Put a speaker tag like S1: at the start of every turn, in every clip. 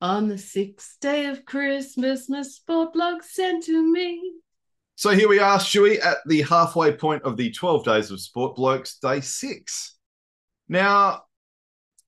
S1: On the sixth day of Christmas, Miss Blog sent to me.
S2: So here we are, Stewie, at the halfway point of the 12 Days of Sport Blokes, day six. Now,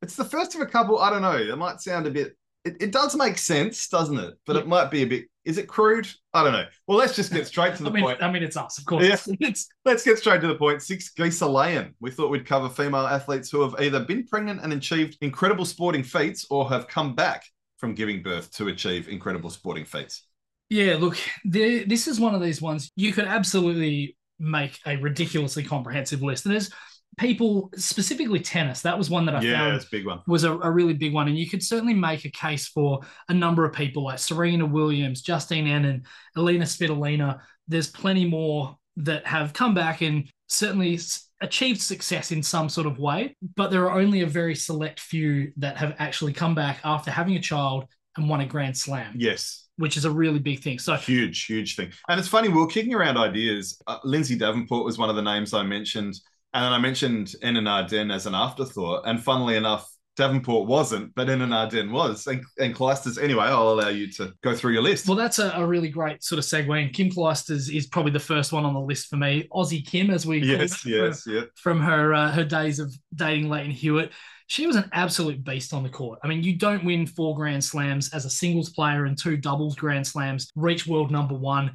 S2: it's the first of a couple. I don't know. That might sound a bit, it, it does make sense, doesn't it? But it might be a bit, is it crude? I don't know. Well, let's just get straight to the
S3: I mean, uh,
S2: point.
S3: I mean, it's us, of course.
S2: Yeah.
S3: It's-
S2: Let's get straight to the point. Six Giselayan. We thought we'd cover female athletes who have either been pregnant and achieved incredible sporting feats or have come back from giving birth to achieve incredible sporting feats.
S3: yeah, look, the, this is one of these ones you could absolutely make a ridiculously comprehensive list. And there's people, specifically tennis. That was one that I
S2: Yeah,
S3: found
S2: that's a big one.
S3: was a, a really big one. And you could certainly make a case for a number of people like Serena Williams, Justine Annan, Elena Svitolina. There's plenty more that have come back and certainly s- achieved success in some sort of way. But there are only a very select few that have actually come back after having a child and won a Grand Slam,
S2: Yes.
S3: which is a really big thing. So,
S2: Huge, huge thing. And it's funny, we were kicking around ideas. Uh, Lindsay Davenport was one of the names I mentioned. And then I mentioned Enan Arden as an afterthought. And funnily enough, Davenport wasn't, but Enan Arden was. And, and Clijsters, anyway, I'll allow you to go through your list.
S3: well, that's a, a really great sort of segue. And Kim Clijsters is probably the first one on the list for me. Aussie Kim, as we call
S2: yes,
S3: her.
S2: yes, yeah.
S3: from her uh, her days of dating Leighton Hewitt. She was an absolute beast on the court. I mean, you don't win four Grand Slams as a singles player and two doubles Grand Slams, reach world number one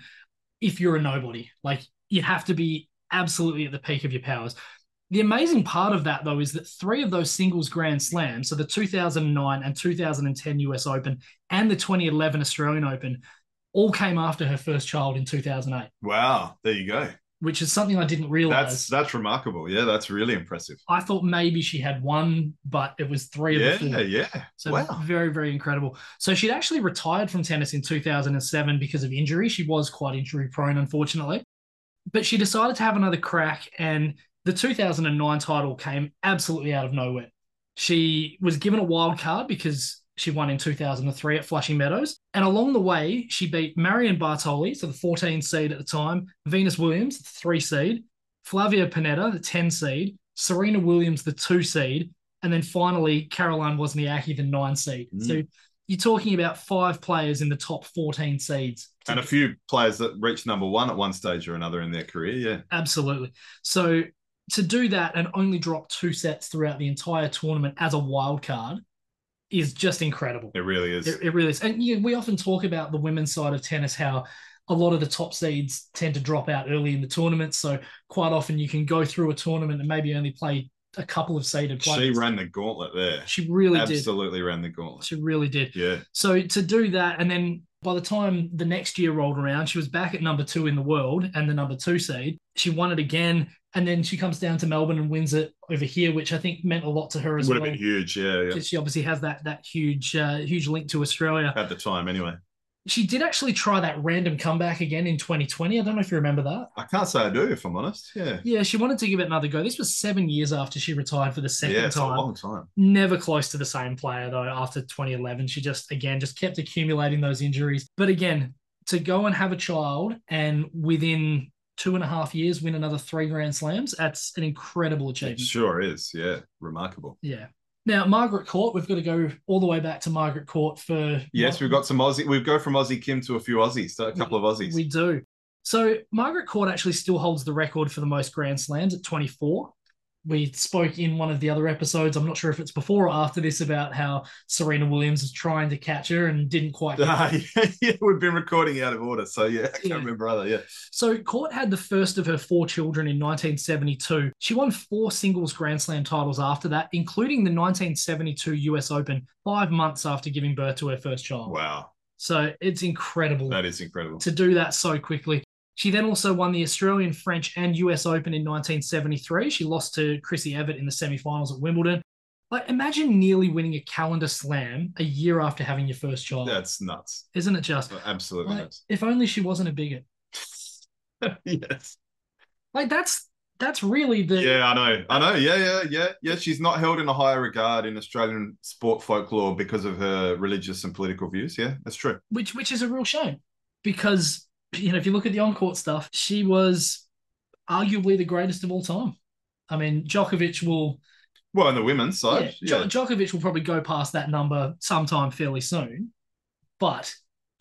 S3: if you're a nobody. Like you have to be absolutely at the peak of your powers. The amazing part of that though is that three of those singles Grand Slams, so the 2009 and 2010 US Open and the 2011 Australian Open, all came after her first child in 2008,
S2: Wow, there you go.
S3: which is something I didn't realize.
S2: That's that's remarkable. Yeah, that's really impressive.
S3: I thought maybe she had one, but it was three
S2: Yeah,
S3: of the four.
S2: yeah.
S3: So
S2: wow.
S3: very, very incredible. So she'd actually retired from tennis in 2007 because of injury. She was quite injury prone, unfortunately. But she decided to have another crack, and the 2009 title came absolutely out of nowhere. She was given a wild card because she won in 2003 at Flushing Meadows. And along the way, she beat Marion Bartoli, so the 14 seed at the time, Venus Williams, the three seed, Flavia Panetta, the 10 seed, Serena Williams, the two seed, and then finally Caroline Wozniacki, the nine seed.
S2: Mm.
S3: So you're talking about five players in the top 14 seeds.
S2: And a few players that reached number one at one stage or another in their career. Yeah.
S3: Absolutely. So to do that and only drop two sets throughout the entire tournament as a wild card is just incredible.
S2: It really is.
S3: It, it really is. And you know, we often talk about the women's side of tennis, how a lot of the top seeds tend to drop out early in the tournament. So quite often you can go through a tournament and maybe only play a couple of seeded
S2: she
S3: players.
S2: ran the gauntlet there.
S3: She really
S2: Absolutely ran the
S3: did.
S2: gauntlet.
S3: She really did.
S2: Yeah.
S3: So to do that, and then by the time the next year rolled around, she was back at number two in the world and the number two seed. She won it again, and then she comes down to Melbourne and wins it over here, which I think meant a lot to her
S2: It
S3: as
S2: would have
S3: well.
S2: been huge. Yeah. yeah.
S3: 'cause She obviously has that that huge uh, huge link to Australia.
S2: At the time, anyway.
S3: She did actually try that random comeback again in 2020. I don't know if you remember that.
S2: I can't say I do, if I'm honest. Yeah.
S3: Yeah, she wanted to give it another go. This was seven years after she retired for the second
S2: Yeah, it's a
S3: time.
S2: long time.
S3: never close to the same player though after 2011 she just again just kept accumulating those injuries but again to go and have a child and within two and a half years win another three grand slams that's an incredible
S2: It
S3: achievement
S2: sure is. Yeah. Remarkable.
S3: yeah now margaret court we've got to go all the way back to margaret court for
S2: Yes, we've got some Aussie. We've go from Aussie Kim to a few Aussies, so a couple of Aussies.
S3: we do so margaret court actually still holds the record for the most grand slams at 24 we spoke in one of the other episodes. I'm not sure if it's before or after this about how Serena Williams was trying to catch her and didn't quite. get
S2: yeah, we've been recording out of order. So, yeah, I can't
S3: Yeah.
S2: remember either. Yeah.
S3: So Court had the first of her four children in 1972. She won four singles Grand Slam titles after that, including the 1972 US Open, five months after giving birth to her first child.
S2: Wow.
S3: So it's incredible
S2: That is incredible.
S3: to do that so quickly. She then also won the Australian, French, and US Open in 1973. She lost to Chrissy Evert in the semifinals at Wimbledon. Like, imagine nearly winning a calendar slam a year after having your first child.
S2: That's nuts.
S3: Isn't it just?
S2: Absolutely
S3: Like,
S2: nuts.
S3: if only she wasn't a bigot.
S2: Yes.
S3: Like, that's that's really the
S2: Yeah, I know. I know. Yeah, yeah, yeah. Yeah, she's not held in a higher regard in Australian sport folklore because of her religious and political views. Yeah, that's true.
S3: which which is a real shame because you know if you look at the on-court stuff, she was arguably the greatest of all time. I mean, Djokovic will
S2: Well, on the women's
S3: Yeah,
S2: side, yeah.
S3: Jo- Djokovic will probably go past that number sometime fairly soon. But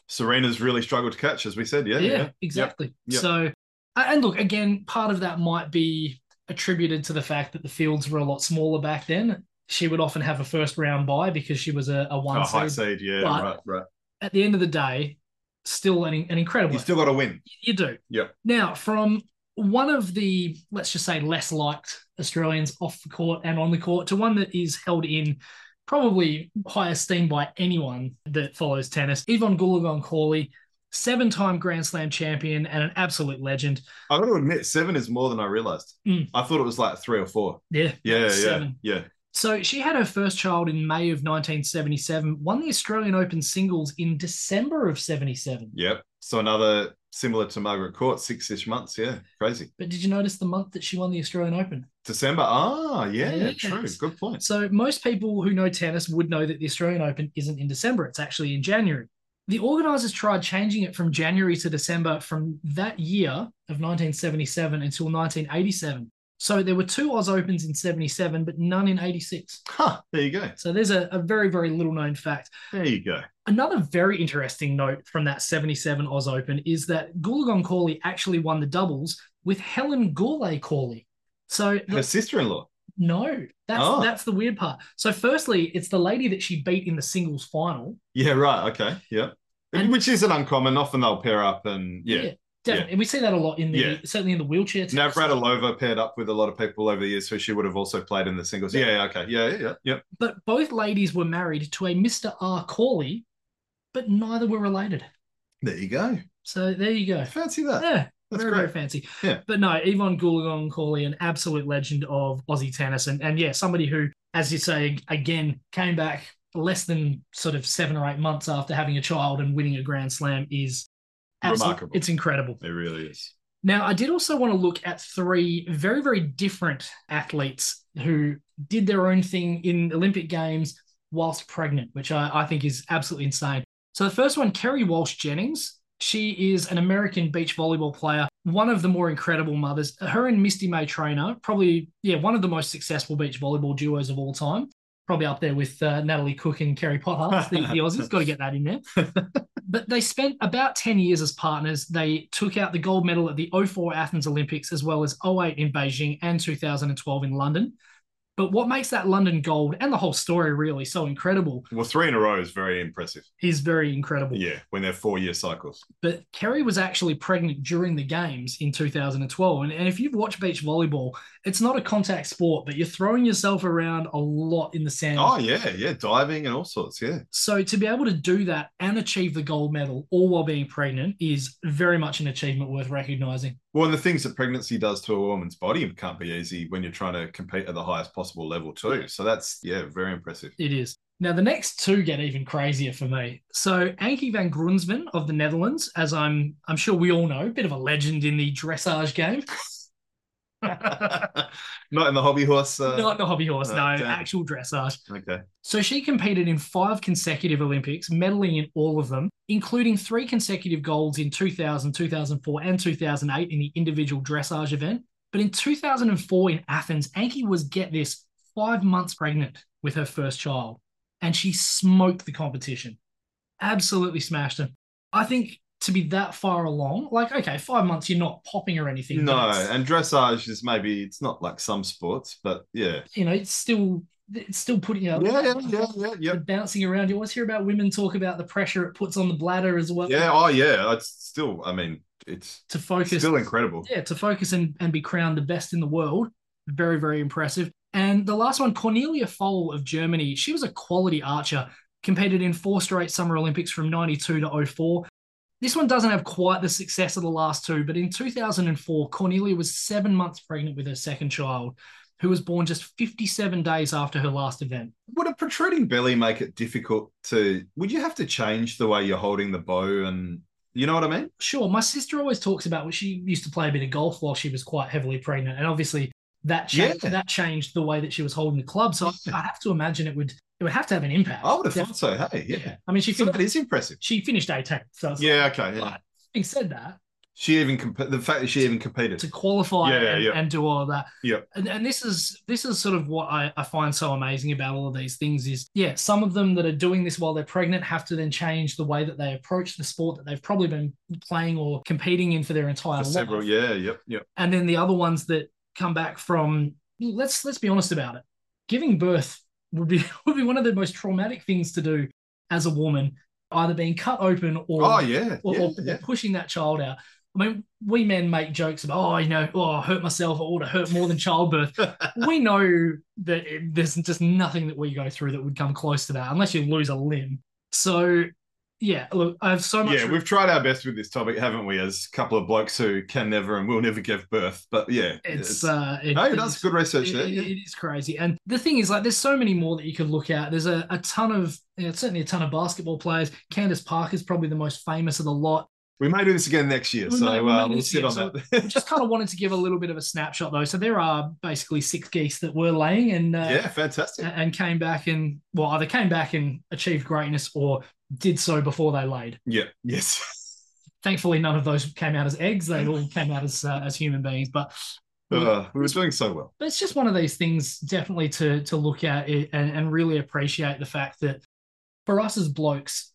S2: Serena's really struggled to catch, as we said. Yeah,
S3: yeah,
S2: yeah.
S3: exactly.
S2: Yep.
S3: So, a- and look, again, part of that might be attributed to the fact that the fields were a lot smaller back then. She would often have a first round bye because she was a, a
S2: Oh,
S3: one
S2: high
S3: seed.
S2: seed, yeah,
S3: But-
S2: right, right.
S3: At the end of the day, still an, an incredible.
S2: You still got to win.
S3: You do.
S2: Yep.
S3: Now, from one of the, let's just say, less liked Australians off the court and on the court to one that is held in probably high esteem by anyone that follows tennis, Yvonne Goolagong Cawley, seven time Grand Slam champion and an absolute legend.
S2: I got to admit, seven is more than I realized.
S3: Mm.
S2: I thought it was like three or four.
S3: Yeah.
S2: Yeah, yeah,
S3: Seven.
S2: yeah.
S3: So she had her first child in May of 1977, won the Australian Open singles in December of 77.
S2: Yep. So another similar to Margaret Court, six ish months. Yeah. Crazy.
S3: But did you notice the month that she won the Australian Open?
S2: December. Ah, yeah,
S3: Yes.
S2: true. Good point.
S3: So most people who know tennis would know that the Australian Open isn't in December, it's actually in January. The organisers tried changing it from January to December from that year of 1977 until 1987. So there were two Oz Opens in 77, but none in 86.
S2: Huh, there you go.
S3: So there's a, a very, very little known fact.
S2: There you go.
S3: Another very interesting note from that 77 Oz Open is that Goolagong Cawley actually won the doubles with Helen Gourlay Cawley. So the-
S2: Her sister in law.
S3: no, that's
S2: Oh.
S3: that's the weird part. So, firstly, it's the lady that she beat in the singles final.
S2: Yeah, right. Okay. Yeah.
S3: And-
S2: Which isn't uncommon. Often they'll pair up and yeah.
S3: definitely. And we see that a lot in the
S2: Yeah.
S3: certainly in the wheelchair. tennis.
S2: Navratilova paired up with a lot of people over the years, so she would have also played in the singles. Yeah, yeah, okay. Yeah, yeah, yeah. Yep.
S3: But both ladies were married to a Mr. R. Corley, but neither were related.
S2: There you go.
S3: So there you go.
S2: Fancy that.
S3: Yeah,
S2: That's
S3: very very
S2: great.
S3: fancy.
S2: Yeah.
S3: But no, Yvonne Goolagong Corley, an absolute legend of Aussie tennis, and and yeah, somebody who, as you say, again came back less than sort of seven or eight months after having a child and winning a Grand Slam is. absolute-
S2: Remarkable.
S3: It's incredible.
S2: It really is.
S3: Now, I did also want to look at three very, very different athletes who did their own thing in Olympic Games whilst pregnant, which I, I think is absolutely insane. So, the first one, Kerry Walsh Jennings. She is an American beach volleyball player, one of the more incredible mothers. Her and Misty May Trainer, probably, yeah, one of the most successful beach volleyball duos of all time. Probably up there with uh, Natalie Cook and Kerry Potter, the, the Aussies. Got to get that in there but they spent about 10 years as partners. They took out the gold medal at the 04 Athens Olympics, as well as 08 in Beijing and 2012 in London. But what makes that London gold and the whole story really so incredible
S2: Well, three in a row is very impressive.
S3: is very incredible.
S2: Yeah, when they're four year cycles.
S3: But Kerry was actually pregnant during the games in 2012. And, and if you've watched beach volleyball, it's not a contact sport, but you're throwing yourself around a lot in the sand.
S2: Oh yeah, yeah, diving and all sorts. Yeah,
S3: So to be able to do that and achieve the gold medal all while being pregnant is very much an achievement worth recognizing.
S2: well, and the things that pregnancy does to a woman's body can't be easy when you're trying to compete at the highest possible level too. So that's yeah, very impressive.
S3: It is. Now, the next two get even crazier for me. So, Ankie van Grunsven of the Netherlands, as I'm, I'm sure we all know, bit of a legend in the dressage game.
S2: Not in the hobby horse. Uh,
S3: Not the hobby horse,
S2: uh,
S3: no,
S2: damn.
S3: actual dressage.
S2: Okay.
S3: So, she competed in five consecutive Olympics, medaling in all of them, including three consecutive golds in 2000, 2004, and 2008 in the individual dressage event. But in 2004 in Athens, Ankie was, get this, five months pregnant with her first child. And she smoked the competition. Absolutely smashed him. I think to be that far along, like, okay, five months, you're not popping or anything.
S2: No,
S3: but it's-
S2: and dressage is maybe it's not like some sports, but yeah,
S3: You know, it's still, it's still putting
S2: yeah,
S3: out.
S2: yeah, yeah, yeah,
S3: the
S2: yeah.
S3: Bouncing around, you always hear about women talk about the pressure it puts on the bladder as well.
S2: Yeah, oh yeah. It's still, I mean, it's
S3: to focus
S2: still incredible.
S3: yeah, to focus and, and be crowned the best in the world. Very, very impressive. And the last one, Cornelia Foll of Germany. She was a quality archer, competed in four straight Summer Olympics from 92 to 04. This one doesn't have quite the success of the last two, but in 2004, Cornelia was seven months pregnant with her second child, who was born just 57 days after her last event.
S2: Would a protruding belly make it difficult to? Would you have to change the way you're holding the bow and you know what I mean?
S3: Sure, my sister always talks about well, she used to play a bit of golf while she was quite heavily pregnant, and obviously that changed,
S2: Yeah.
S3: that changed the way that she was holding the club. So I, I have to imagine it would it would have to have an impact.
S2: I would have
S3: Yeah.
S2: thought so. Hey, yeah.
S3: I mean, she
S2: So
S3: finished,
S2: that is impressive.
S3: she finished 18th. So it's like,
S2: Yeah. Okay. Yeah.
S3: But having said that,
S2: She even comp- the fact that she even competed.
S3: to qualify
S2: Yeah, yeah,
S3: and,
S2: yeah.
S3: and do all of that.
S2: Yeah.
S3: And, and this is this is sort of what I, I find so amazing about all of these things is yeah, some of them that are doing this while they're pregnant have to then change the way that they approach the sport that they've probably been playing or competing in for their entire
S2: For
S3: life.
S2: several, yeah, yep, yep.
S3: And then the other ones that come back from let's let's be honest about it. Giving birth would be would be one of the most traumatic things to do as a woman, either being cut open or
S2: Oh yeah,
S3: or,
S2: yeah,
S3: or
S2: yeah.
S3: pushing that child out. I mean, we men make jokes about, oh, you know, oh, I hurt myself, I ought to hurt more than childbirth. we know that it, there's just nothing that we go through that would come close to that unless you lose a limb. So, yeah, look, I have so much.
S2: Yeah, we've tried our best with this topic, haven't we? As a couple of blokes who can never and will never give birth, but yeah,
S3: it's, uh, it-
S2: no,
S3: it
S2: that's
S3: is-
S2: good research
S3: it-
S2: there.
S3: it-
S2: yeah.
S3: it is crazy. And the thing is, like, there's so many more that you could look at. There's a, a ton of, you know, certainly a ton of basketball players. Candace Parker's probably the most famous of the lot.
S2: We may do this again next year,
S3: We
S2: so
S3: may- we may
S2: uh,
S3: do
S2: we'll
S3: this
S2: sit
S3: year,
S2: on
S3: so-
S2: that.
S3: just kind of wanted to give a little bit of a snapshot though. So there are basically six geese that were laying and uh,
S2: yeah, fantastic.
S3: and came back and well either came back and achieved greatness or did so before they laid.
S2: Yeah, yes.
S3: Thankfully, none of those came out as eggs. They all came out as uh, as human beings. But
S2: Uh, we were doing so well.
S3: but it's just one of these things definitely to to look at it and, and really appreciate the fact that for us as blokes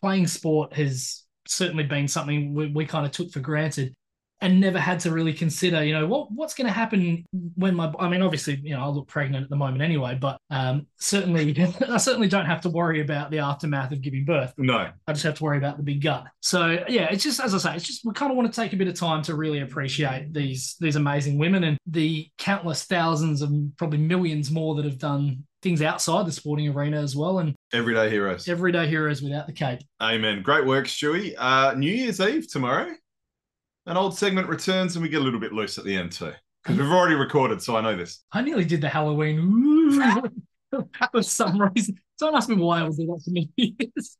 S3: playing sport has certainly been something we, we kind of took for granted and never had to really consider you know what what's going to happen when my i mean obviously you know i look pregnant at the moment anyway but um certainly i certainly don't have to worry about the aftermath of giving birth
S2: No,
S3: I just have to worry about the big gut. So yeah, it's just as I say, it's just we kind of want to take a bit of time to really appreciate these these amazing women and the countless thousands and probably millions more that have done things outside the sporting arena as well and
S2: everyday heroes.
S3: everyday heroes without the cape.
S2: Amen. Great work, Stewie. Uh, New Year's Eve tomorrow. An old segment returns and we get a little bit loose at the end too. Because we've already recorded, so I know this.
S3: I nearly did the Halloween ooh, for some reason. Don't ask me why I would do that for many years.